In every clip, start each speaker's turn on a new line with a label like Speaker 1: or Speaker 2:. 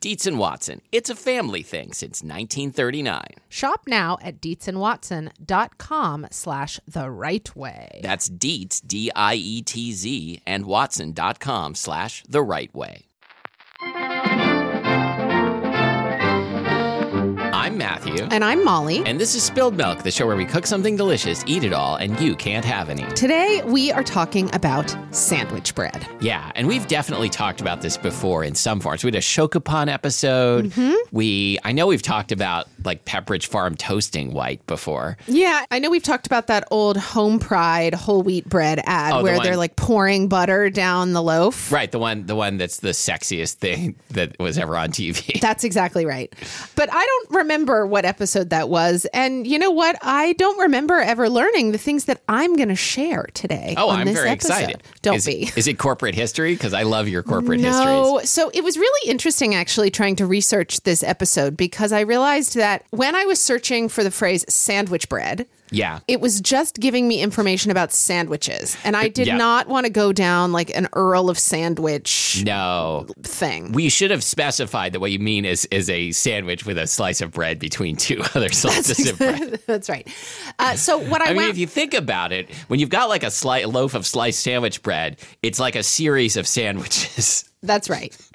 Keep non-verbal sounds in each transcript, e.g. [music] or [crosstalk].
Speaker 1: Dietz and Watson, it's a family thing since 1939.
Speaker 2: Shop now at DeetzandWatson.com slash the right way.
Speaker 1: That's Dietz, D I E T Z, and Watson.com slash the right way. I'm Matthew.
Speaker 2: And I'm Molly.
Speaker 1: And this is Spilled Milk, the show where we cook something delicious, eat it all, and you can't have any.
Speaker 2: Today we are talking about sandwich bread.
Speaker 1: Yeah, and we've definitely talked about this before in some forms. We had a Shokupan episode.
Speaker 2: Mm-hmm.
Speaker 1: We I know we've talked about like Pepperidge Farm toasting white before.
Speaker 2: Yeah, I know we've talked about that old home pride whole wheat bread ad
Speaker 1: Oh, the
Speaker 2: where
Speaker 1: one-
Speaker 2: they're like pouring butter down the loaf.
Speaker 1: Right, the one the one that's the sexiest thing [laughs] that was ever
Speaker 2: [laughs]
Speaker 1: on TV.
Speaker 2: That's exactly right. But I don't remember what episode that was. And you know what? I don't remember ever learning the things that I'm going to share today.
Speaker 1: Oh,
Speaker 2: on
Speaker 1: I'm
Speaker 2: this
Speaker 1: very
Speaker 2: episode.
Speaker 1: excited.
Speaker 2: Don't
Speaker 1: is,
Speaker 2: be.
Speaker 1: Is it corporate history? Because I love your corporate histories.
Speaker 2: No, so it was really interesting actually trying to research this episode because I realized that when I was searching for the phrase sandwich bread,
Speaker 1: Yeah.
Speaker 2: it was just giving me information about sandwiches. And I did
Speaker 1: Yeah.
Speaker 2: not want to go down like an Earl of Sandwich
Speaker 1: no.
Speaker 2: thing.
Speaker 1: We should have specified that what you mean is is a sandwich with a slice of bread between two [laughs] other slices of bread.
Speaker 2: [laughs] That's right. Uh, so what I,
Speaker 1: I mean,
Speaker 2: went
Speaker 1: if you think about it, when you've got like a slight loaf of sliced sandwich bread, it's like a series of sandwiches. [laughs]
Speaker 2: That's right. [laughs]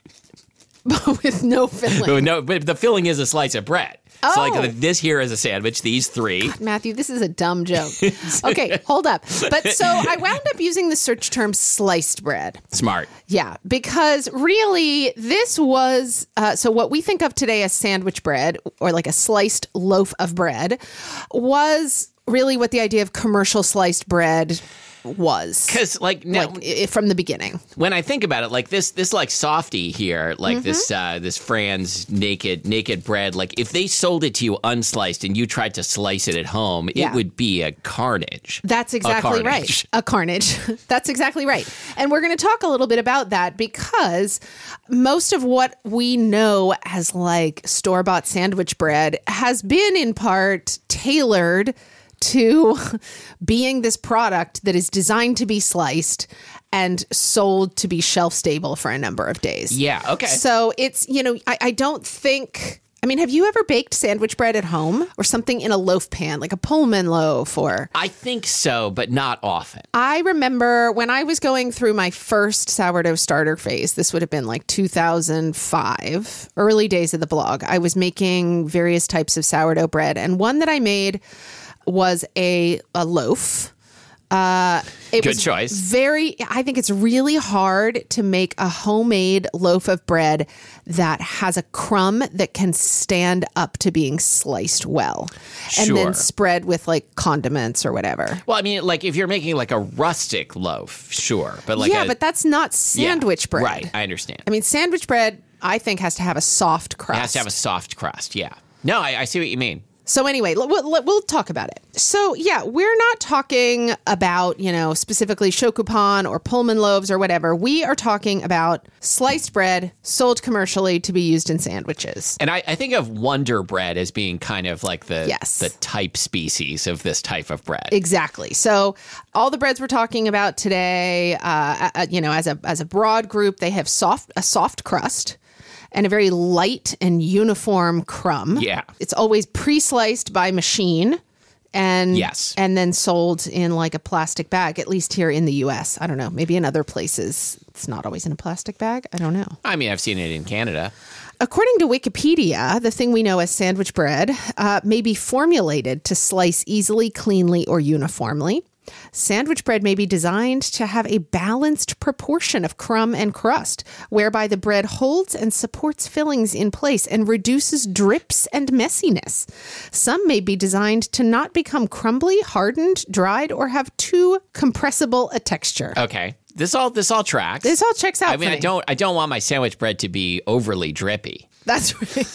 Speaker 2: But with no filling.
Speaker 1: but Oh, no, but the filling is a slice of bread. So
Speaker 2: Oh.
Speaker 1: like this here is a sandwich. These three.
Speaker 2: Matthew, this is a dumb
Speaker 1: [laughs]
Speaker 2: joke. Okay, hold up. But so I wound up using the search term sliced bread.
Speaker 1: Smart.
Speaker 2: Yeah, because really, this was uh, so what we think of today as sandwich bread or like a sliced loaf of bread was really what the idea of commercial sliced bread was
Speaker 1: Because like now,
Speaker 2: like i- from the beginning.
Speaker 1: when I think about it, like this, this like softy here, like this,
Speaker 2: Mm-hmm.
Speaker 1: uh, this Franz naked, naked bread. Like if they sold it to you unsliced and you tried to slice it at home,
Speaker 2: Yeah.
Speaker 1: it would be a carnage.
Speaker 2: That's exactly right.
Speaker 1: carnage.
Speaker 2: A carnage. [laughs] That's exactly right. And we're going to talk a little bit about that because most of what we know as like store bought sandwich bread has been in part tailored to [laughs] being this product that is designed to be sliced and sold to be shelf stable for a number of days.
Speaker 1: Yeah. Okay.
Speaker 2: So it's, you know, I, I don't think. I mean, have you ever baked sandwich bread at home or something in a loaf pan, like a Pullman loaf or?
Speaker 1: I think so, but not often.
Speaker 2: I remember when I was going through my first sourdough starter phase, this would have been like 2005, early days of the blog. I was making various types of sourdough bread, and one that I made was a, a loaf. Uh, it
Speaker 1: Good
Speaker 2: was
Speaker 1: choice.
Speaker 2: Very, I think it's really hard to make a homemade loaf of bread that has a crumb that can stand up to being sliced well, and
Speaker 1: Sure.
Speaker 2: then spread with like condiments or whatever.
Speaker 1: Well, I mean, like if you're making like a rustic loaf, sure, but like
Speaker 2: yeah,
Speaker 1: a,
Speaker 2: but that's not
Speaker 1: yeah,
Speaker 2: sandwich bread.
Speaker 1: right? I understand.
Speaker 2: I mean, sandwich bread, I think, has to have a soft crust.
Speaker 1: it has to have a soft crust. Yeah. No, I, I see what you mean.
Speaker 2: So anyway, l- we'll, we'll- we'll talk about it. So yeah, we're not talking about you know specifically shokupan or Pullman loaves or whatever. We are talking about sliced bread sold commercially to be used in sandwiches.
Speaker 1: And I, I think of Wonder Bread as being kind of like the
Speaker 2: Yes.
Speaker 1: the type species of this type of bread.
Speaker 2: Exactly. So all the breads we're talking about today, uh, uh, you know, as a as a broad group, they have soft a soft crust and a very light and uniform crumb.
Speaker 1: Yeah.
Speaker 2: it's always pre-sliced by machine and
Speaker 1: Yes.
Speaker 2: and then sold in like a plastic bag at least here in the US. I don't know, maybe in other places it's not always in a plastic bag. I don't know.
Speaker 1: I mean, I've seen it in Canada.
Speaker 2: According to Wikipedia, the thing we know as sandwich bread uh, may be formulated to slice easily, cleanly, or uniformly. Sandwich bread may be designed to have a balanced proportion of crumb and crust, whereby the bread holds and supports fillings in place and reduces drips and messiness. Some may be designed to not become crumbly, hardened, dried, or have too compressible a texture.
Speaker 1: Okay, this all this all tracks.
Speaker 2: This all checks out.
Speaker 1: Oh. I mean,
Speaker 2: for
Speaker 1: I
Speaker 2: me.
Speaker 1: don't I don't want my sandwich bread to be overly drippy. [laughs]
Speaker 2: That's [laughs] right.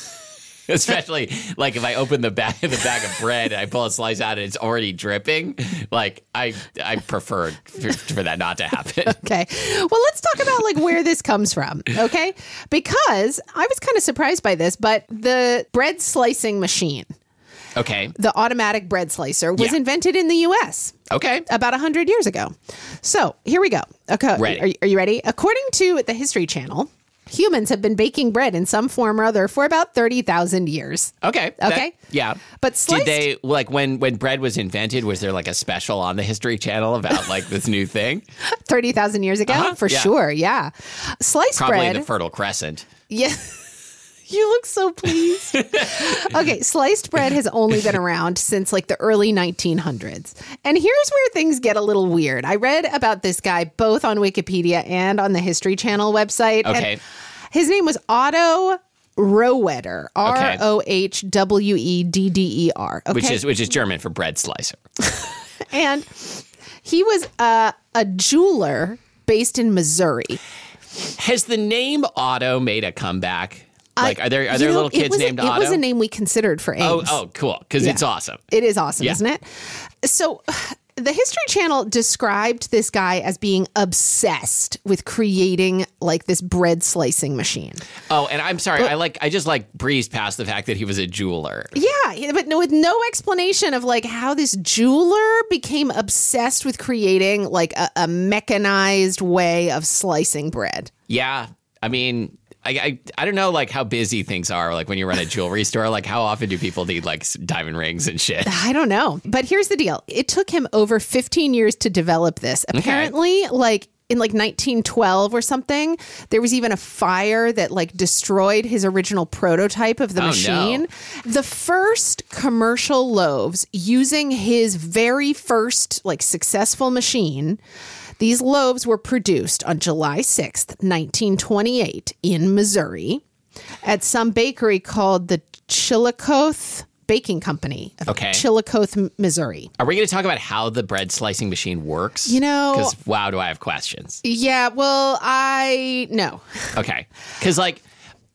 Speaker 1: Especially like if I open the bag the bag of bread and I pull a slice out and it's already dripping. Like I I prefer for, for that not to
Speaker 2: [laughs]
Speaker 1: happen.
Speaker 2: Okay. Well, let's talk about like where this comes from, okay? Because I was kind of surprised by this, but the bread slicing machine,
Speaker 1: Okay.
Speaker 2: the automatic bread slicer was
Speaker 1: Yeah.
Speaker 2: invented in the US
Speaker 1: Okay.
Speaker 2: about 100 years ago. So, here we go. Okay.
Speaker 1: Ready.
Speaker 2: Are, you- are you ready? According to the History Channel, humans have been baking bread in some form or other for about 30,000 years.
Speaker 1: Okay. that-
Speaker 2: Okay.
Speaker 1: yeah.
Speaker 2: But sliced
Speaker 1: Did they like when when bread was invented? Was there like a special on the History Channel about like this
Speaker 2: [laughs]
Speaker 1: new thing?
Speaker 2: 30,000 years ago,
Speaker 1: Uh-huh,
Speaker 2: for
Speaker 1: yeah.
Speaker 2: sure. Yeah. Sliced
Speaker 1: Probably
Speaker 2: bread.
Speaker 1: the Fertile Crescent.
Speaker 2: Yeah. [laughs] You look so
Speaker 1: [laughs]
Speaker 2: pleased. okay, sliced bread has only been around since like the early 1900s. And here's where things get a little weird. I read about this guy both on Wikipedia and on the History Channel website. and
Speaker 1: Okay.
Speaker 2: his name was Otto Rowetter, R O H W E D D E R. Okay.
Speaker 1: Which is which is German for bread slicer.
Speaker 2: and he was uh, a jeweler based in Missouri.
Speaker 1: Has the name Otto made a comeback? Like are there are
Speaker 2: You
Speaker 1: there
Speaker 2: know,
Speaker 1: little
Speaker 2: it
Speaker 1: kids
Speaker 2: was a-
Speaker 1: named
Speaker 2: It
Speaker 1: Otto?
Speaker 2: was a name we considered for Ames.
Speaker 1: Oh, oh, cool. Because it's awesome.
Speaker 2: It is awesome,
Speaker 1: Yeah.
Speaker 2: isn't it? So, [sighs] the History Channel described this guy as being obsessed with creating like this bread slicing machine.
Speaker 1: Oh, and I'm sorry. I like. I just like breezed past the fact that he was a jeweler.
Speaker 2: Yeah, but no, with no explanation of like how this jeweler became obsessed with creating like a, a mechanized way of slicing bread.
Speaker 1: Yeah. I mean, I, I I don't know like how busy things are. Like when you run a jewelry store, like how often do people need like s- diamond rings and shit?
Speaker 2: I don't know. But here's the deal. It took him over 15 years to develop this. Apparently, like in like 1912 or something, there was even a fire that like destroyed his original prototype of the
Speaker 1: no.
Speaker 2: machine. The first commercial loaves using his very first like successful machine, these loaves were produced on July 6th, 1928 in Missouri at some bakery called the Chillicothe Baking Company of
Speaker 1: Okay.
Speaker 2: Chillicothe, M- Missouri.
Speaker 1: Are we going to talk about how the bread slicing machine works?
Speaker 2: You know-
Speaker 1: because wow, do I have questions?
Speaker 2: Yeah, well, I no.
Speaker 1: Okay, because like.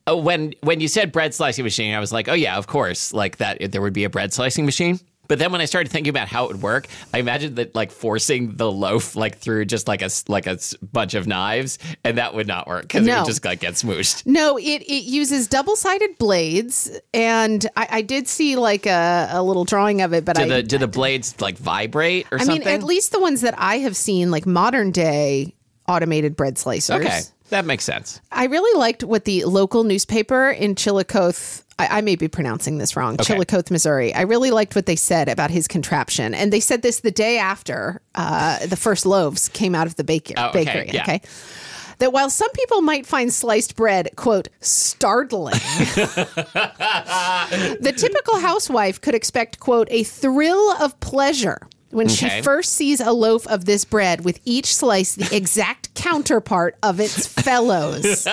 Speaker 1: uh, When when you said bread slicing machine, I was like, oh yeah, of course, like that there would be a bread slicing machine. But then when I started thinking about how it would work, I imagined that like forcing the loaf like through just like a s- like a s- bunch of knives, and that would not work because it
Speaker 2: No.
Speaker 1: would just like get smooshed.
Speaker 2: No, it, it uses double sided blades, and I, I did see like a, a little drawing of it, but I,
Speaker 1: Do the do the blades like vibrate or
Speaker 2: I mean,
Speaker 1: something?
Speaker 2: at least the ones that I have seen, like modern day automated bread slicers.
Speaker 1: okay, that makes sense.
Speaker 2: I really liked what the local newspaper in Chillicothe. I, I may be pronouncing this wrong, Chillicothe, Missouri. I really liked what they said about his contraption, and they said this the day after uh, the first loaves came out of the baker-
Speaker 1: Oh, okay,
Speaker 2: bakery.
Speaker 1: yeah.
Speaker 2: Okay, that while some people might find sliced bread quote startling, the typical housewife could expect quote a thrill of pleasure when she
Speaker 1: Okay.
Speaker 2: first sees a loaf of this bread with each slice the exact counterpart of its fellows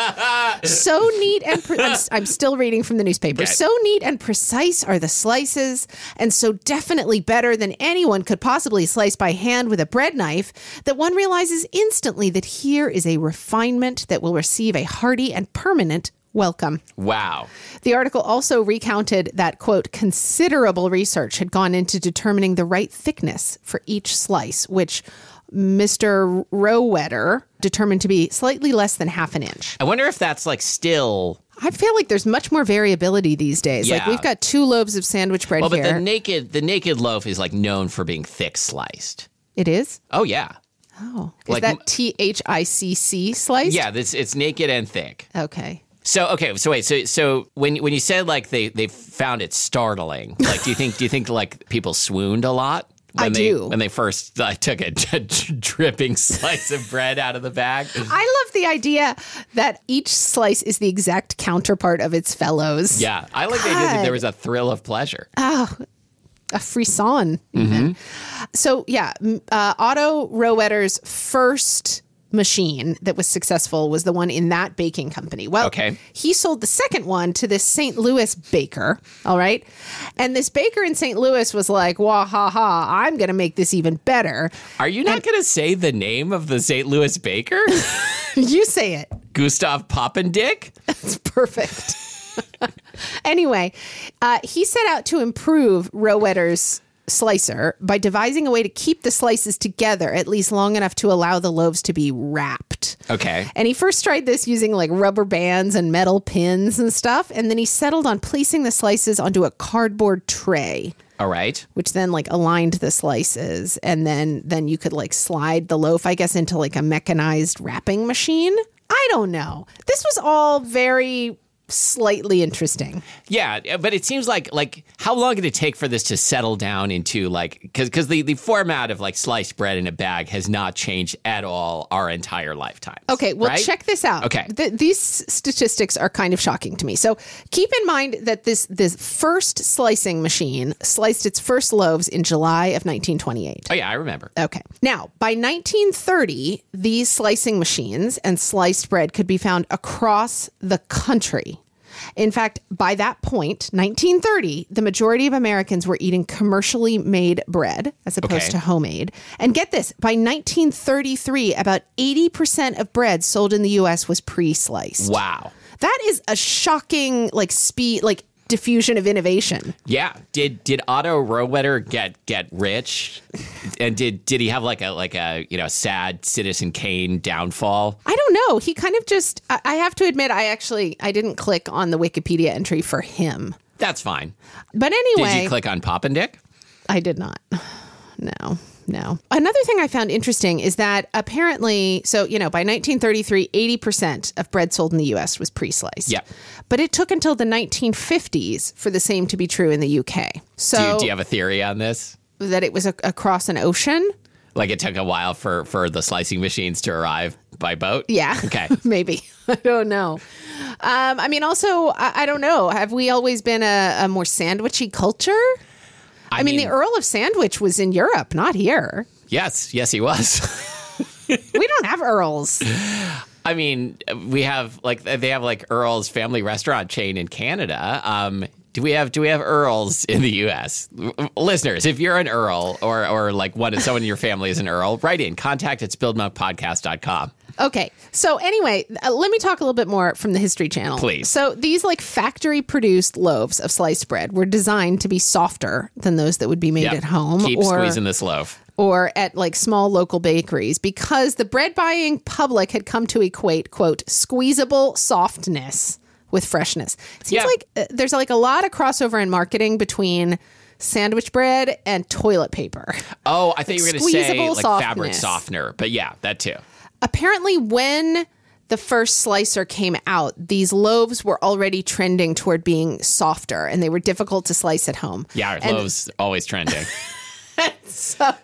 Speaker 2: so neat and pre- I'm, s- I'm still reading from the newspaper
Speaker 1: Okay.
Speaker 2: so neat and precise are the slices and so definitely better than anyone could possibly slice by hand with a bread knife that one realizes instantly that here is a refinement that will receive a hearty and permanent welcome
Speaker 1: Wow.
Speaker 2: the article also recounted that, quote, considerable research had gone into determining the right thickness for each slice, which Mr. Rowetter determined to be slightly less than half an inch.
Speaker 1: I wonder if that's like still.
Speaker 2: I feel like there's much more variability these days. Like
Speaker 1: Yeah.
Speaker 2: we've got two loaves of sandwich bread
Speaker 1: Oh, but
Speaker 2: here.
Speaker 1: the naked the naked loaf is like known for being thick sliced.
Speaker 2: it is?
Speaker 1: Oh yeah,
Speaker 2: Oh. Is
Speaker 1: Like m-
Speaker 2: that T H I C C slice?
Speaker 1: yeah. This it's naked and thick.
Speaker 2: Okay.
Speaker 1: So okay, so wait, so so when when you said like they they found it
Speaker 2: [laughs]
Speaker 1: startling, like do you think do you think like people swooned a lot? When
Speaker 2: I
Speaker 1: they,
Speaker 2: do.
Speaker 1: When they first like, took a [laughs] dripping slice of bread out of the bag,
Speaker 2: I love the idea that each slice is the exact counterpart of its fellows.
Speaker 1: yeah, I like the idea that
Speaker 2: God.
Speaker 1: there was a thrill of pleasure.
Speaker 2: Uh, a frisson. even. So yeah, m- uh, Otto Roeder's first machine that was successful was the one in that baking company. Well,
Speaker 1: Okay.
Speaker 2: he sold the second one to this St. Louis baker. All right, and this baker in St. Louis was like, "Wah ha ha! I'm going to make this even better." [laughs]
Speaker 1: Are you not going to say the name of the St. Louis
Speaker 2: [laughs]
Speaker 1: baker,
Speaker 2: you say it.
Speaker 1: Gustav Poppendick?
Speaker 2: It's perfect. [laughs] anyway, uh, he set out to improve Roeder's slicer by devising a way to keep the slices together at least long enough to allow the loaves to be wrapped.
Speaker 1: Okay,
Speaker 2: And he first tried this using like rubber bands and metal pins and stuff, and then he settled on placing the slices onto a cardboard tray
Speaker 1: all right.
Speaker 2: which then like aligned the slices and then then you could like slide the loaf i guess into like a mechanized wrapping machine i don't know this was all very slightly interesting
Speaker 1: Yeah, but it seems like like how long did it take for this to settle down into like because because the the format of like sliced bread in a bag has not changed at all our entire lifetime.
Speaker 2: Okay, well,
Speaker 1: right?
Speaker 2: check this out.
Speaker 1: Okay.
Speaker 2: Th- these statistics are kind of shocking to me. So keep in mind that this this first slicing machine sliced its first loaves in July of 1928.
Speaker 1: Oh yeah, I remember.
Speaker 2: Okay. Now, by 1930, these slicing machines and sliced bread could be found across the country. In fact, by that point, 1930, the majority of Americans were eating commercially made bread as opposed
Speaker 1: Okay.
Speaker 2: to homemade. And get this, by 1933, about 80% of bread sold in the US was pre-sliced.
Speaker 1: Wow.
Speaker 2: That is a shocking like speed like diffusion of innovation.
Speaker 1: Yeah. Did did Otto Rowetter get get rich? And did did he have like a like a you know sad Citizen Kane downfall?
Speaker 2: I don't know. He kind of just I, I have to admit I actually I didn't click on the Wikipedia entry for him.
Speaker 1: That's fine.
Speaker 2: But
Speaker 1: Did
Speaker 2: anyway,
Speaker 1: you click on Poppendick?
Speaker 2: I did not. [sighs] No. No. Another thing I found interesting is that apparently, so, you know, by 1933, 80% of bread sold in the US was pre sliced.
Speaker 1: Yeah.
Speaker 2: But it took until the 1950s for the same to be true in the UK.
Speaker 1: Do you,
Speaker 2: So,
Speaker 1: do you have a theory on this?
Speaker 2: that it was a- across an ocean?
Speaker 1: Like it took a while for for the slicing machines to arrive by boat.
Speaker 2: Yeah.
Speaker 1: Okay.
Speaker 2: [laughs] Maybe. I don't know. Um, I mean, also, I, I don't know. Have we always been a, a more sandwichy culture? I, mean, the Earl of Sandwich was in Europe, not here.
Speaker 1: Yes, yes, he was. [laughs]
Speaker 2: We don't have earls.
Speaker 1: I mean, we have like they have like Earl's family restaurant chain in Canada. Um, do we have do we have Earls in the U.S. listeners? If you're an Earl or or like one someone in your family is an Earl, write in contact at spilledmilkpodcast.com.
Speaker 2: Okay. So anyway, uh, let me talk a little bit more from the History Channel.
Speaker 1: Please.
Speaker 2: So these like factory produced loaves of sliced bread were designed to be softer than those that would be made
Speaker 1: Yep.
Speaker 2: at home
Speaker 1: Keep
Speaker 2: or
Speaker 1: squeezing this loaf.
Speaker 2: or at like small local bakeries because the bread buying public had come to equate quote squeezable softness with freshness. It seems
Speaker 1: Yeah.
Speaker 2: like uh, there's like a lot of crossover in marketing between sandwich bread and toilet paper.
Speaker 1: Oh, I thought you were going to say
Speaker 2: Squeezable
Speaker 1: like fabric
Speaker 2: softness.
Speaker 1: softener, but yeah, that too.
Speaker 2: apparently when the first slicer came out these loaves were already trending toward being softer and they were difficult to slice at home
Speaker 1: Yeah,
Speaker 2: and
Speaker 1: loaves always trending.
Speaker 2: so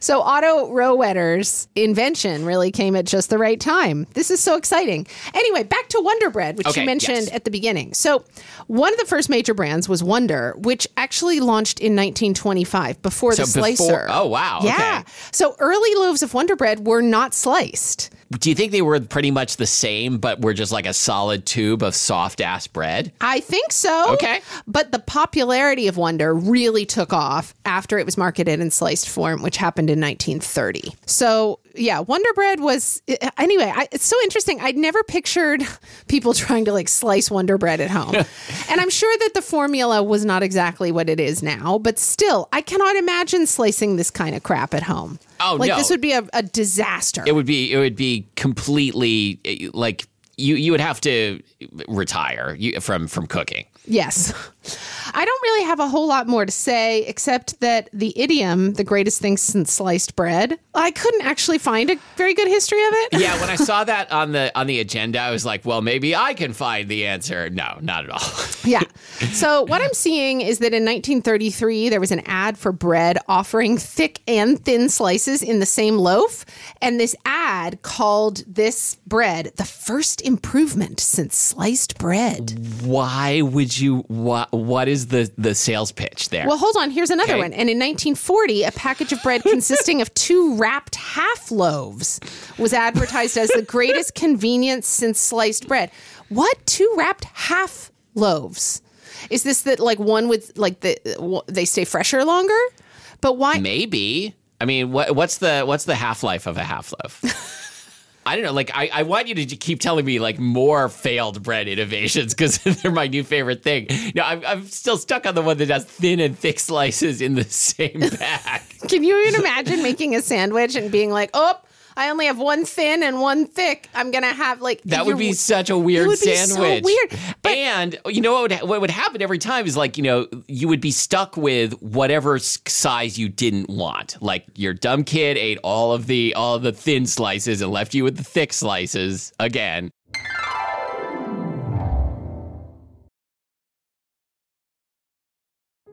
Speaker 2: so otto roeder's invention really came at just the right time this is so exciting anyway back to wonder bread which
Speaker 1: Okay,
Speaker 2: you mentioned
Speaker 1: yes.
Speaker 2: at the beginning so one of the first major brands was wonder which actually launched in 1925 before the
Speaker 1: So before-
Speaker 2: slicer
Speaker 1: oh, wow,
Speaker 2: yeah
Speaker 1: okay.
Speaker 2: so early loaves of wonder bread were not sliced
Speaker 1: [laughs] Do you think they were pretty much the same, but were just like a solid tube of soft ass bread?
Speaker 2: I think so.
Speaker 1: Okay.
Speaker 2: But the popularity of Wonder really took off after it was marketed in sliced form, which happened in 1930. So, yeah, Wonder Bread was, eh, anyway, I, it's so interesting. I'd never pictured [laughs] people trying to like slice Wonder Bread at
Speaker 1: [laughs]
Speaker 2: home. and I'm sure that the formula was not exactly what it is now, but still, I cannot imagine slicing this kind of crap at home.
Speaker 1: Oh,
Speaker 2: like
Speaker 1: no.
Speaker 2: this would be a, a disaster.
Speaker 1: it would be it would be completely [laughs] eh, like you you would have to retire you, from from cooking.
Speaker 2: yes. I don't really have a whole lot more to say except that the idiom, the greatest thing since sliced bread, I couldn't actually find a very good history of it.
Speaker 1: Yeah, when I saw that on the on the agenda, I was like, well, maybe I can find the answer. No, not at all.
Speaker 2: yeah. So what I'm seeing is that in 1933 there was an ad for bread offering thick and thin slices in the same loaf, and this ad called this bread the first improvement since sliced bread.
Speaker 1: Why would you what what is the the sales pitch there?
Speaker 2: Well, hold on, here's another
Speaker 1: Okay.
Speaker 2: one. And in 1940, a package of bread consisting of two wrapped half loaves was advertised as the greatest convenience since sliced bread. What two wrapped half loaves? Is this that like one with like the w- they stay fresher longer? But why
Speaker 1: Maybe. I mean, what what's the what's the half life of a half loaf? I don't know. Like, I, I want you to j- keep telling me like more failed bread innovations because [laughs] they're my new favorite thing. No, I'm, I'm still stuck on the one that has thin and thick slices in the [laughs] same bag.
Speaker 2: can you even imagine making a sandwich and being like, "Oh, I only have one thin and one thick. I'm going to have like
Speaker 1: That would
Speaker 2: you're-
Speaker 1: be such a weird
Speaker 2: would be so
Speaker 1: sandwich.
Speaker 2: weird,
Speaker 1: and you know what would what would happen every time is like you know you would be stuck with whatever s- size you didn't want. Like your dumb kid ate all of the all of the thin slices and left you with the thick slices again.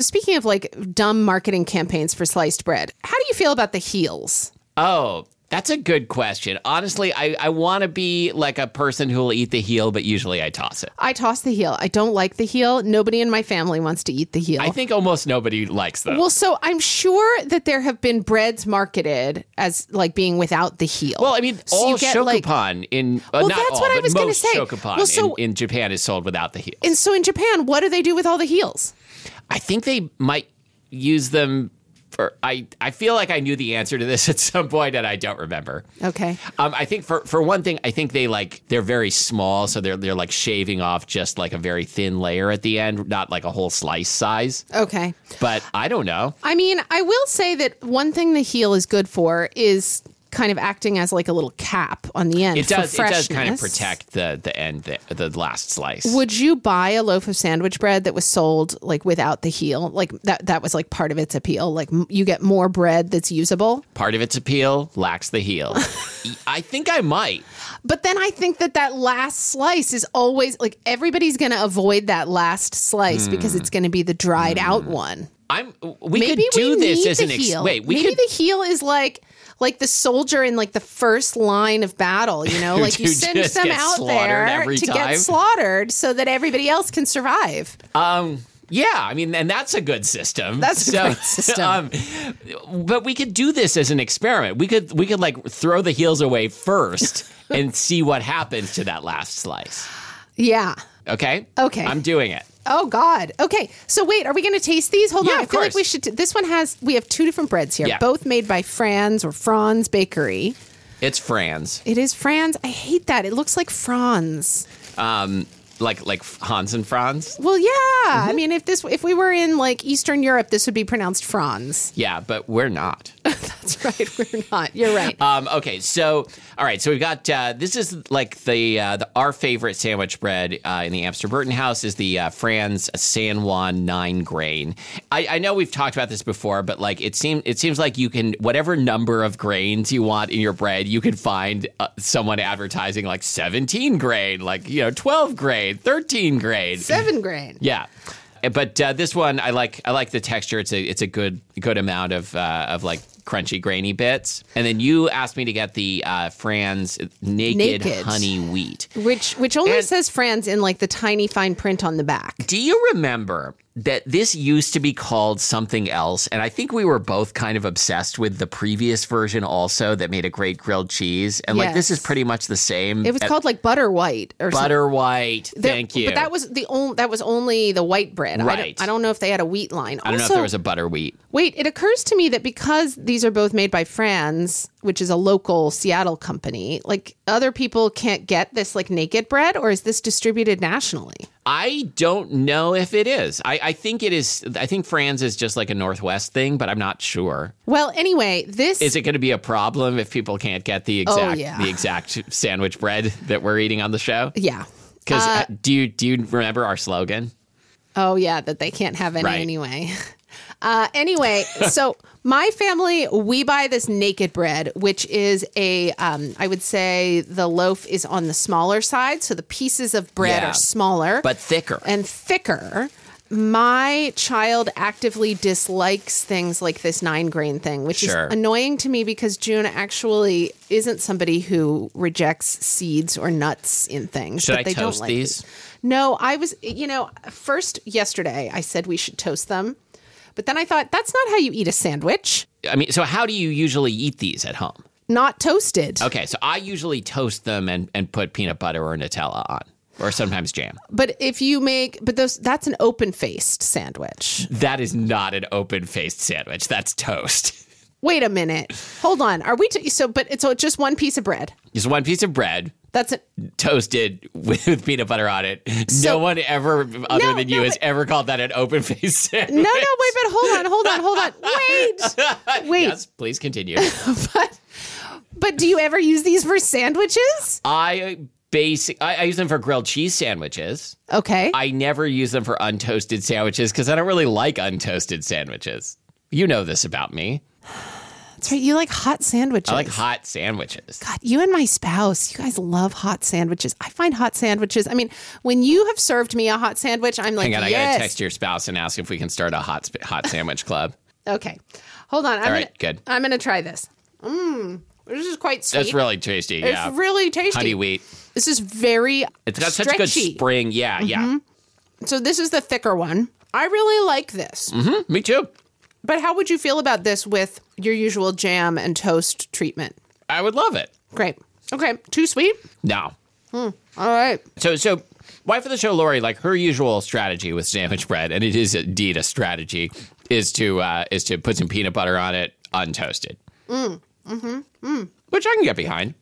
Speaker 2: Speaking of like dumb marketing campaigns for sliced bread, how do you feel about the heels?
Speaker 1: Oh, that's a good question. Honestly, I I want to be like a person who will eat the heel, but usually I toss it.
Speaker 2: I toss the heel. I don't like the heel. Nobody in my family wants to eat the heel.
Speaker 1: I think almost nobody likes them.
Speaker 2: well, so I'm sure that there have been breads marketed as like being without the heel.
Speaker 1: Well, I mean,
Speaker 2: So
Speaker 1: all
Speaker 2: you get, like-
Speaker 1: shokupan in uh,
Speaker 2: Well,
Speaker 1: not
Speaker 2: that's
Speaker 1: all,
Speaker 2: what I
Speaker 1: but
Speaker 2: was gonna
Speaker 1: most
Speaker 2: say.
Speaker 1: shokupan
Speaker 2: Well, so-
Speaker 1: in, in Japan is sold without the heel.
Speaker 2: and so in Japan, what do they do with all the heels?
Speaker 1: I think they might use them for. I I feel like I knew the answer to this [laughs] at some point, and I don't remember.
Speaker 2: Okay.
Speaker 1: Um, I think for, for one thing, I think they like they're very small, so they're they're like shaving off just like a very thin layer at the end, not like a whole slice size.
Speaker 2: Okay.
Speaker 1: But I don't know.
Speaker 2: I mean, I will say that one thing the heel is good for is kind of acting as like a little cap on the end.
Speaker 1: It
Speaker 2: for
Speaker 1: does it does kind
Speaker 2: freshness.
Speaker 1: of protect the the end the, the last slice.
Speaker 2: Would you buy a loaf of sandwich bread that was sold like without the heel? Like that that was like part of its appeal. Like m- you get more bread that's usable.
Speaker 1: Part of its appeal lacks
Speaker 2: [laughs]
Speaker 1: the heel. I think I might.
Speaker 2: But then I think that that last slice is always like everybody's going to avoid that last slice because it's going to be the dried out one.
Speaker 1: I'm. Hmm. We
Speaker 2: Maybe
Speaker 1: could do
Speaker 2: we
Speaker 1: this
Speaker 2: need
Speaker 1: as
Speaker 2: the
Speaker 1: an ex-
Speaker 2: heel.
Speaker 1: wait. We
Speaker 2: Maybe
Speaker 1: could
Speaker 2: the heel is like like the soldier in like the first line of battle. You
Speaker 1: [laughs]
Speaker 2: know, like you
Speaker 1: Who
Speaker 2: send
Speaker 1: just
Speaker 2: them
Speaker 1: gets
Speaker 2: out
Speaker 1: slaughtered
Speaker 2: there
Speaker 1: every
Speaker 2: to
Speaker 1: time.
Speaker 2: get slaughtered so that everybody else can survive.
Speaker 1: Um, yeah, I mean, and that's a good system.
Speaker 2: That's a great system.
Speaker 1: [laughs] um, but we could do this as an experiment. We could we could like throw the heels
Speaker 2: [laughs]
Speaker 1: away first and see what happens to that last slice.
Speaker 2: Yeah.
Speaker 1: Okay.
Speaker 2: Okay.
Speaker 1: I'm doing it.
Speaker 2: Oh God. Okay. So wait, are we going to taste these? Hold
Speaker 1: Yeah,
Speaker 2: on. I
Speaker 1: of
Speaker 2: feel like
Speaker 1: course.
Speaker 2: we should. T- this one has. We have two different breads here,
Speaker 1: Yeah.
Speaker 2: both made by Franz or Franz Bakery.
Speaker 1: It's Franz.
Speaker 2: It is Franz. I hate that. It looks like Franz.
Speaker 1: Um, like like Hans and Franz.
Speaker 2: Well, yeah.
Speaker 1: Mm-hmm.
Speaker 2: I mean, if this if we were in like Eastern Europe, this would be pronounced
Speaker 1: [laughs]
Speaker 2: Franz.
Speaker 1: Yeah, but we're not.
Speaker 2: That's right. We're not. You're right.
Speaker 1: Um, okay, so all right, so we've got uh, this is like the uh, the our favorite sandwich bread uh, in the Amster Burton house is the uh, Franz San Juan nine grain. I, I know we've talked about this before, but like it seems it seems like you can whatever number of grains you want in your bread, you can find uh, someone advertising like seventeen grain, like you know twelve grain, thirteen grain,
Speaker 2: Seven grain.
Speaker 1: yeah. But uh, this one, I like. I like the texture. It's a it's a good good amount of uh, of like crunchy grainy bits. And then you asked me to get the uh, Franz naked,
Speaker 2: Naked.
Speaker 1: honey wheat.
Speaker 2: Which which only
Speaker 1: And-
Speaker 2: says Franz in like the tiny fine print on the back.
Speaker 1: Do you remember that this used to be called something else? And I think we were both kind of obsessed with the previous version also that made a great grilled cheese. And like this
Speaker 2: Yes.
Speaker 1: is pretty much the same.
Speaker 2: It was called like butter white or something.
Speaker 1: butter white.
Speaker 2: There-
Speaker 1: Thank you.
Speaker 2: But that was the only that was only the white bread. I don't- I
Speaker 1: Right.
Speaker 2: don't, know if they had a wheat line.
Speaker 1: I don't know if there was a butter wheat.
Speaker 2: Wait, it occurs to me that because these are both made by Franz, which is a local Seattle company, like other people can't get this like naked bread, or is this distributed nationally?
Speaker 1: I don't know if it is. I, I think it is. I think Franz is just like a Northwest thing, but I'm not sure.
Speaker 2: Well, anyway, this
Speaker 1: Is it going to be a problem if people can't get the exact
Speaker 2: yeah.
Speaker 1: the exact sandwich bread that we're eating on the show?
Speaker 2: yeah.
Speaker 1: Because do you do you remember our slogan?
Speaker 2: Oh yeah, that they can't have any
Speaker 1: Right.
Speaker 2: anyway. [laughs] Uh,
Speaker 1: [laughs]
Speaker 2: anyway, so my family we buy this naked bread, which is a um, I would say the loaf is on the smaller side, so the pieces of bread
Speaker 1: Yeah.
Speaker 2: are smaller,
Speaker 1: But thicker.
Speaker 2: and thicker. My child actively dislikes things like this nine grain thing, which
Speaker 1: Sure.
Speaker 2: is annoying to me because June actually isn't somebody who rejects seeds or nuts in things.
Speaker 1: Should
Speaker 2: but
Speaker 1: I
Speaker 2: they
Speaker 1: toast
Speaker 2: don't like
Speaker 1: these?
Speaker 2: No, I was, you know, first yesterday I said we should toast them, but then I thought that's not how you eat a sandwich.
Speaker 1: I mean, so how do you usually eat these at home?
Speaker 2: Not toasted.
Speaker 1: Okay, so I usually toast them and and put peanut butter or Nutella on, or sometimes jam.
Speaker 2: But if you make, but those, that's an open faced sandwich.
Speaker 1: That is not an open faced sandwich. That's toast. [laughs]
Speaker 2: Wait a minute. Hold on. Are we, t- so, but it's so it's just one piece of bread.
Speaker 1: Just one piece of bread,
Speaker 2: That's an,
Speaker 1: toasted [laughs] with, with peanut butter on it.
Speaker 2: So-
Speaker 1: no one ever, other
Speaker 2: No,
Speaker 1: than you,
Speaker 2: no,
Speaker 1: has
Speaker 2: but-
Speaker 1: ever called that an open [laughs] faced
Speaker 2: No,
Speaker 1: sandwich.
Speaker 2: no, wait, but hold on, hold on, hold
Speaker 1: [laughs]
Speaker 2: on. Wait, wait.
Speaker 1: Yes, please continue.
Speaker 2: But, but do you ever use these for sandwiches?
Speaker 1: I basic. I, I use them for grilled cheese sandwiches.
Speaker 2: Okay.
Speaker 1: I never use them for untoasted sandwiches because I don't really like untoasted sandwiches. You know this about me.
Speaker 2: That's right. You like hot sandwiches.
Speaker 1: I like hot sandwiches.
Speaker 2: God, you and my spouse, you guys love hot sandwiches. I find hot sandwiches. I mean, when you have served me a hot sandwich, I'm like,
Speaker 1: Hang on, I
Speaker 2: yes.
Speaker 1: gotta text your spouse and ask if we can start a hot
Speaker 2: [laughs]
Speaker 1: sp- hot sandwich club.
Speaker 2: Okay, hold on. I'm gonna,
Speaker 1: right, good.
Speaker 2: I'm gonna try this. Mmm, this is quite sweet.
Speaker 1: That's really tasty.
Speaker 2: it's
Speaker 1: yeah,
Speaker 2: really tasty.
Speaker 1: honey wheat.
Speaker 2: This is very.
Speaker 1: It's got
Speaker 2: stretchy. Mm-hmm.
Speaker 1: such good spring. Yeah, yeah.
Speaker 2: So this is the thicker one. I really like this.
Speaker 1: Me too.
Speaker 2: But how would you feel about this with your usual jam and toast treatment?
Speaker 1: I would love it.
Speaker 2: Great. Okay. Too sweet?
Speaker 1: No.
Speaker 2: All right.
Speaker 1: So, so wife of the show, Lori, like her usual strategy with sandwich bread, and it is indeed a strategy, is to uh, is to put some peanut butter on it, untoasted. Mm. Mm-hmm. Mm. Mm-hmm. Which I can get behind.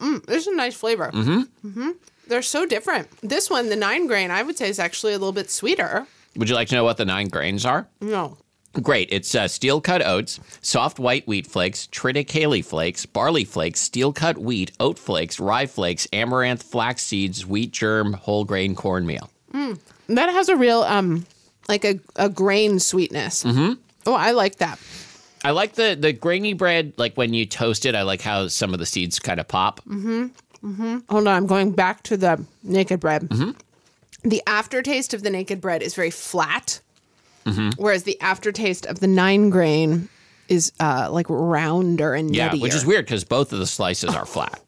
Speaker 2: This is a nice flavor. Mm hmm.
Speaker 1: Mm-hmm.
Speaker 2: Mm hmm. They're so different. This one, the nine grain, I would say is actually a little bit sweeter.
Speaker 1: Would you like to know what the nine grains are?
Speaker 2: No.
Speaker 1: Great. It's uh, steel cut oats, soft white wheat flakes, triticale flakes, barley flakes, steel cut wheat, oat flakes, rye flakes, amaranth, flax seeds, wheat germ, whole grain cornmeal.
Speaker 2: That has a real, um, like a, a grain sweetness. Mm hmm.
Speaker 1: Mm-hmm.
Speaker 2: Oh, I like that.
Speaker 1: I like the the grainy bread. Like when you toast it, I like how some of the seeds kind of pop.
Speaker 2: Hold on. I'm going back to the naked bread.
Speaker 1: Mm-hmm.
Speaker 2: The aftertaste of the naked bread is very flat,
Speaker 1: Mm-hmm.
Speaker 2: whereas the aftertaste of the nine grain is uh, like rounder and
Speaker 1: Yeah, which
Speaker 2: nuttier.
Speaker 1: is weird because both of the slices
Speaker 2: [laughs]
Speaker 1: are flat.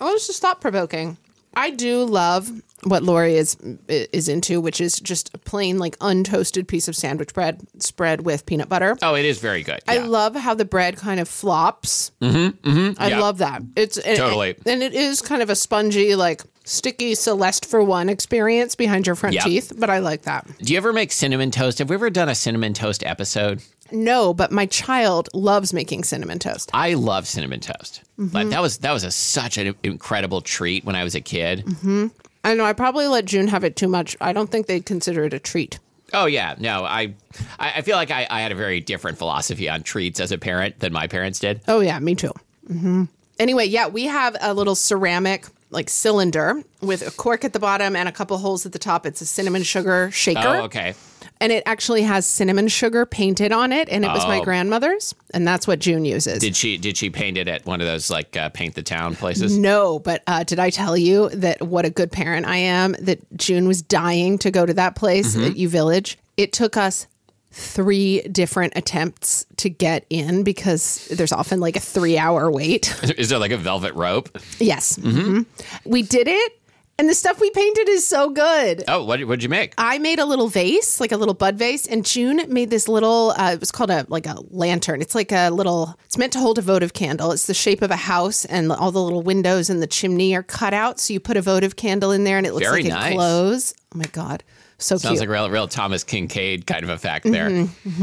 Speaker 2: Oh, this is thought provoking. I do love what Lori is is into, which is just a plain like untoasted piece of sandwich bread spread with peanut butter.
Speaker 1: Oh, it is very good.
Speaker 2: I
Speaker 1: yeah.
Speaker 2: love how the bread kind of flops. Mm-hmm, mm-hmm, I
Speaker 1: yeah.
Speaker 2: love that. It's and,
Speaker 1: Totally.
Speaker 2: and it is kind of a spongy, like sticky Celeste for one experience behind your front
Speaker 1: Yeah.
Speaker 2: teeth. But I like that.
Speaker 1: Do you ever make cinnamon toast? Have we ever done a cinnamon toast episode?
Speaker 2: No, but my child loves making cinnamon toast.
Speaker 1: I
Speaker 2: Mm-hmm. Mm-hmm.
Speaker 1: love cinnamon toast. Like that was that was a, such an incredible treat when I was a kid.
Speaker 2: I I know I probably let June have it too much. I don't think they'd consider it a treat.
Speaker 1: Oh yeah, no, I, I I feel like I, I had a very different philosophy on treats as a parent than my parents did.
Speaker 2: Oh yeah, me too. hmm Anyway, yeah, we have a little ceramic like cylinder with a cork at the bottom and a couple holes at the top. It's a cinnamon sugar shaker.
Speaker 1: Oh, okay.
Speaker 2: And it actually has cinnamon sugar painted on it, and it was my
Speaker 1: Oh.
Speaker 2: grandmother's, and that's what June uses.
Speaker 1: Did she did she paint it at one of those like uh, paint the town places?
Speaker 2: no, but uh, did I tell you that what a good parent I am? That June was dying to go to that place
Speaker 1: Mm-hmm.
Speaker 2: at U Village. It took us three different attempts to get in because there's often like a three hour wait. [laughs]
Speaker 1: [laughs] Is there like a velvet rope?
Speaker 2: Yes.
Speaker 1: Mm-hmm.
Speaker 2: Mhm. We did it. And the stuff we painted is so good.
Speaker 1: Oh, what what'd you make?
Speaker 2: I made a little vase, like a little bud vase, and June made this little. Uh, it was called a like a lantern. It's like a little. It's meant to hold a votive candle. It's the shape of a house, and all the little windows and the chimney are cut out. So you put a votive candle in there, and it looks
Speaker 1: Very
Speaker 2: like
Speaker 1: nice.
Speaker 2: it glows. Oh my god, so cute.
Speaker 1: Sounds like real real Thomas Kincaid kind of effect there.
Speaker 2: Mm-hmm.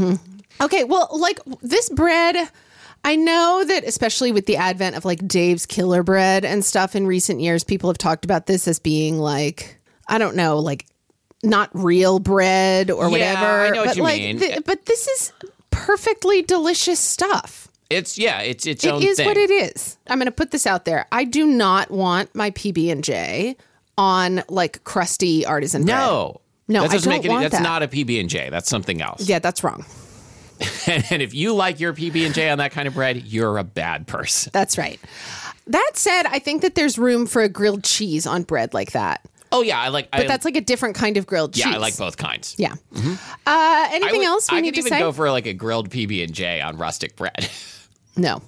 Speaker 2: Okay, well, like this bread, I know that especially with the advent of like Dave's Killer Bread and stuff in recent years, people have talked about this as being like, I don't know, like not real bread or
Speaker 1: Yeah,
Speaker 2: whatever.
Speaker 1: I know what
Speaker 2: but
Speaker 1: you
Speaker 2: like,
Speaker 1: mean.
Speaker 2: thi- but this is perfectly delicious stuff.
Speaker 1: It's yeah, it's its
Speaker 2: It
Speaker 1: own
Speaker 2: is
Speaker 1: thing.
Speaker 2: what it is. I'm going to put this out there. I do not want my PB and J on like crusty artisan bread.
Speaker 1: No.
Speaker 2: No,
Speaker 1: that
Speaker 2: I
Speaker 1: doesn't
Speaker 2: don't
Speaker 1: make any,
Speaker 2: want that.
Speaker 1: that's not a PB and J. That's something else.
Speaker 2: Yeah, that's wrong.
Speaker 1: [laughs] and if you like your PB and J on that kind of bread, you're a bad person.
Speaker 2: That's right. That said, I think that there's room for a grilled cheese on bread like that.
Speaker 1: [laughs] Oh yeah, I like.
Speaker 2: But
Speaker 1: I,
Speaker 2: that's like a different kind of grilled cheese.
Speaker 1: yeah, I like both kinds.
Speaker 2: Yeah. Uh,
Speaker 1: I
Speaker 2: anything
Speaker 1: would-
Speaker 2: else we
Speaker 1: I
Speaker 2: need
Speaker 1: could
Speaker 2: to
Speaker 1: even
Speaker 2: say?
Speaker 1: go for like a grilled PB and J on rustic bread. [laughs]
Speaker 2: no.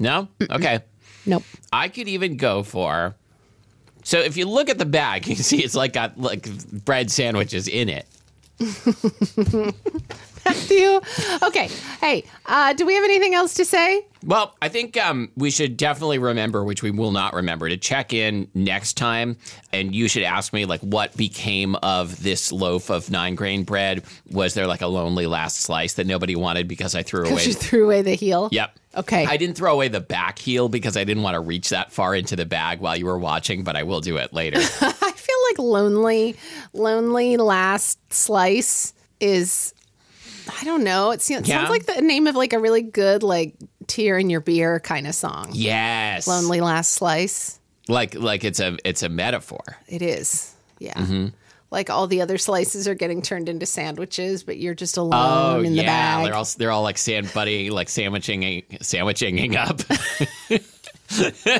Speaker 1: no, okay.
Speaker 2: Nope. [laughs]
Speaker 1: I could even go for. So if you look at the bag, [laughs] you can see it's like got like bread sandwiches in it.
Speaker 2: Matthew. Okay. Hey, uh, do we have anything else to say?
Speaker 1: Well, I think um, we should definitely remember, which we will not remember, to check in next time. And you should ask me, like, what became of this loaf of nine grain bread? Was there like a lonely last slice that nobody wanted because I threw away?
Speaker 2: She threw away the heel.
Speaker 1: Yep.
Speaker 2: Okay.
Speaker 1: I didn't throw away the back heel because I didn't want to reach that far into the bag while you were watching, but I will do
Speaker 2: [laughs]
Speaker 1: it
Speaker 2: [laughs]
Speaker 1: later.
Speaker 2: I feel like lonely, lonely last slice is. I don't know. It sounds,
Speaker 1: Yeah.
Speaker 2: sounds like the name of like a really good like tear in your beer kind of song.
Speaker 1: yes.
Speaker 2: Lonely last slice.
Speaker 1: Like like it's a it's a metaphor.
Speaker 2: It is. Yeah.
Speaker 1: Mm-hmm.
Speaker 2: Like all the other slices are getting turned into sandwiches, but you're just alone in the
Speaker 1: Oh, yeah,
Speaker 2: bag.
Speaker 1: they're all they're all like sand buddy, like sandwiching, sandwiching up. [laughs]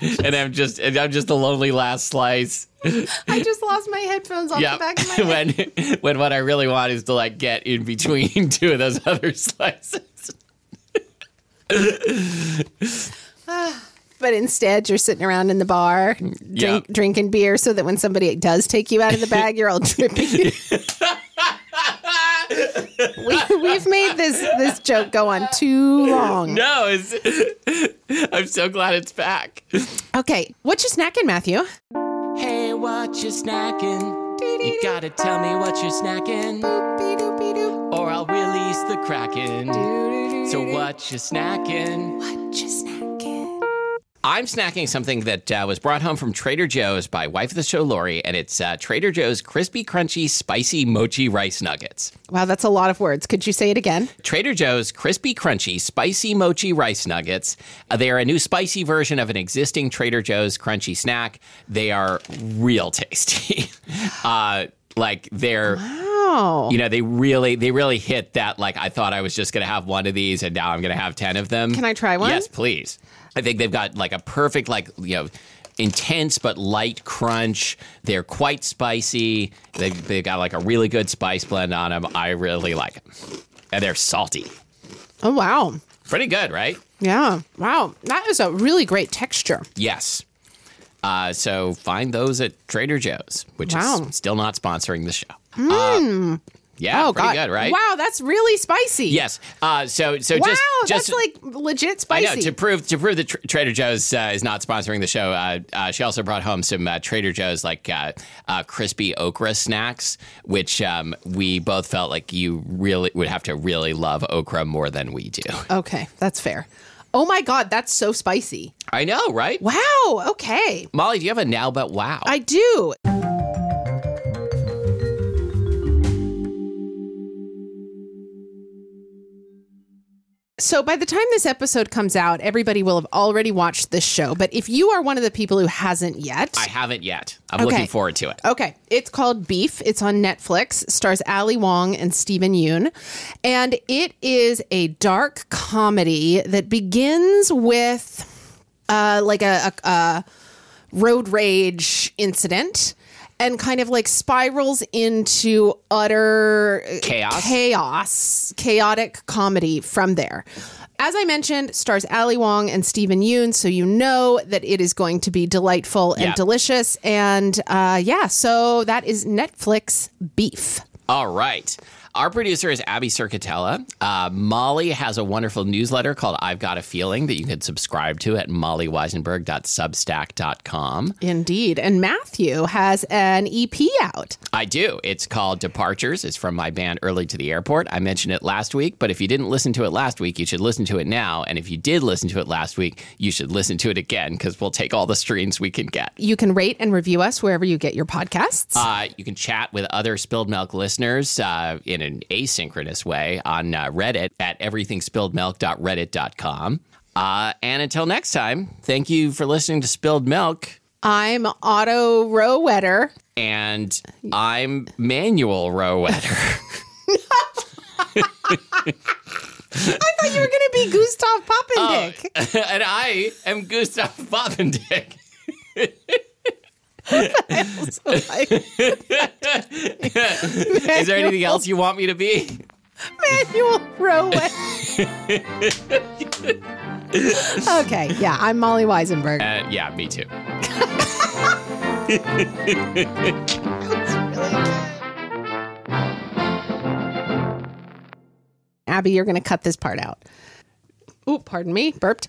Speaker 1: and I'm just and I'm just the lonely last slice.
Speaker 2: I just lost my headphones off
Speaker 1: Yeah,
Speaker 2: the
Speaker 1: [laughs]
Speaker 2: back of my head.
Speaker 1: when when what I really want is to like get in between [laughs] two of those other slices.
Speaker 2: But instead, you're sitting around in the bar
Speaker 1: Mm,
Speaker 2: drink, drinking beer so that when somebody does take you out of the bag, you're all
Speaker 1: [laughs]
Speaker 2: drippy. we, we've made this, this joke go on too long.
Speaker 1: No, it's, [laughs] I'm so glad it's back.
Speaker 2: Okay. What you snacking, Matthew?
Speaker 1: Hey, what you snacking? You gotta tell me what you're snacking, or I'll release the kraken. So what you snacking? I'm snacking something that uh, was brought home from Trader Joe's by wife of the show Lori, and it's uh, Trader Joe's crispy, crunchy, spicy mochi rice nuggets.
Speaker 2: Wow, that's a lot of words. Could you say it again?
Speaker 1: Trader Joe's crispy, crunchy, spicy mochi rice nuggets. Uh, they are a new spicy version of an existing Trader Joe's crunchy snack. They are real tasty. [laughs] uh, like they're.
Speaker 2: Oh.
Speaker 1: You know, they really they really hit that like I thought I was just going to have one of these and now I'm going to have 10 of them.
Speaker 2: Can I try one?
Speaker 1: Yes, please. I think they've got like a perfect like, you know, intense but light crunch. They're quite spicy. They they got like a really good spice blend on them. I really like them. And Uh, they're salty.
Speaker 2: Oh, wow.
Speaker 1: Pretty good, right?
Speaker 2: Yeah. Wow. That is a really great texture.
Speaker 1: Yes. Uh, so find those at Trader Joe's, which
Speaker 2: Wow.
Speaker 1: is still not sponsoring the show. Uh, yeah,
Speaker 2: Oh,
Speaker 1: pretty
Speaker 2: God.
Speaker 1: good, right?
Speaker 2: Wow, that's really spicy.
Speaker 1: Yes. Uh, so so
Speaker 2: Wow,
Speaker 1: just just
Speaker 2: that's like legit
Speaker 1: I
Speaker 2: spicy.
Speaker 1: know to prove to prove that Tr- Trader Joe's uh, is not sponsoring the show. Uh, uh, she also brought home some uh, Trader Joe's like uh, uh, crispy okra snacks, which um, we both felt like you really would have to really love okra more than we do.
Speaker 2: okay, that's fair. Oh my God, that's so spicy.
Speaker 1: I know, right?
Speaker 2: Wow. Okay.
Speaker 1: Molly, do you have a now but wow?
Speaker 2: I do. So, by the time this episode comes out, everybody will have already watched this show. But if you are one of the people who hasn't yet,
Speaker 1: I haven't yet. I'm
Speaker 2: Okay.
Speaker 1: looking forward to it.
Speaker 2: Okay. It's called Beef. It's on Netflix, stars Ali Wong and Stephen Yoon. And it is a dark comedy that begins with uh, like a, a, a road rage incident and kind of like spirals into utter
Speaker 1: Chaos.
Speaker 2: chaos, chaotic comedy from there. As I mentioned, stars Ali Wong and Stephen Yoon, so you know that it is going to be delightful and
Speaker 1: Yeah.
Speaker 2: delicious. And uh, yeah, so that is Netflix beef.
Speaker 1: All right. Our producer is Abby Circatella. Uh, Molly has a wonderful newsletter called I've Got a Feeling that you can subscribe to at mollyweisenberg.substack.com.
Speaker 2: Indeed. And Matthew has an EP out.
Speaker 1: I do. It's called Departures. It's from my band Early to the Airport. I mentioned it last week, but if you didn't listen to it last week, you should listen to it now. And if you did listen to it last week, you should listen to it again because we'll take all the streams we can get.
Speaker 2: You can rate and review us wherever you get your podcasts.
Speaker 1: Uh, you can chat with other Spilled Milk listeners uh, in an asynchronous way on uh, Reddit at everythingspilledmilk.reddit.com. Uh, and until next time, thank you for listening to Spilled Milk.
Speaker 2: I'm Otto Rowetter.
Speaker 1: And I'm Manuel Rowetter.
Speaker 2: I thought you were going to be Gustav Poppendick.
Speaker 1: [laughs]
Speaker 2: [laughs]
Speaker 1: and I am Gustav Bobbendick.
Speaker 2: Manuel
Speaker 1: [laughs] Is there anything else you want me to be?
Speaker 2: [laughs] Rowan. okay, yeah, I'm Molly Weisenberg.
Speaker 1: Uh, yeah, me too.
Speaker 2: Abby, you're going to cut this part out. Ooh, pardon me, burped.